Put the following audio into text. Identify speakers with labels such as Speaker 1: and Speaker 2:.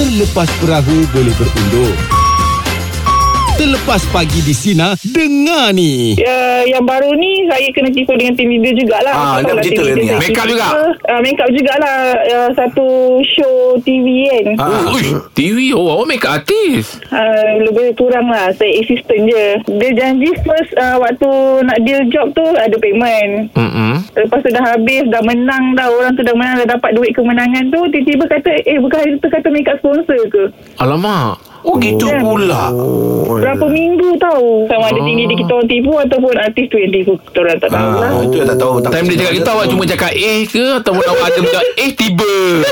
Speaker 1: Terlepas perahu boleh berundur. Terlepas pagi di Sina, dengar ni.
Speaker 2: Uh, yang baru ni saya kena tipu dengan team leader jugalah.
Speaker 3: Ah,
Speaker 2: Sebab
Speaker 3: nak
Speaker 2: lah
Speaker 3: bercerita
Speaker 2: team
Speaker 3: ni,
Speaker 2: leader
Speaker 3: ah.
Speaker 2: saya
Speaker 4: Make up
Speaker 2: tipu.
Speaker 4: juga?
Speaker 2: Ah, make up jugalah uh, satu show TV kan.
Speaker 3: Ah.
Speaker 2: Ah.
Speaker 4: Oh, uish, TV oh, awak make up artist.
Speaker 2: Uh, lebih kurang lah saya assistant je. Dia janji first uh, waktu nak deal job tu ada payment.
Speaker 4: Mm-mm.
Speaker 2: Lepas tu dah habis Dah menang dah Orang tu dah menang Dah dapat duit kemenangan tu Tiba-tiba kata Eh bukan hari tu kata Make up sponsor ke
Speaker 4: Alamak.
Speaker 3: Oh, gitu
Speaker 2: Oh.
Speaker 3: pula.
Speaker 5: Oh,
Speaker 2: Berapa minggu tau Sama ada tinggi dia kita orang tipu Ataupun artis tu yang tipu Kita orang tak tahu lah
Speaker 3: Ah, itu yang tak tahu. Tak
Speaker 4: Time dia cakap kita awak cuma cakap eh ke ataupun awak ada budak eh tiba.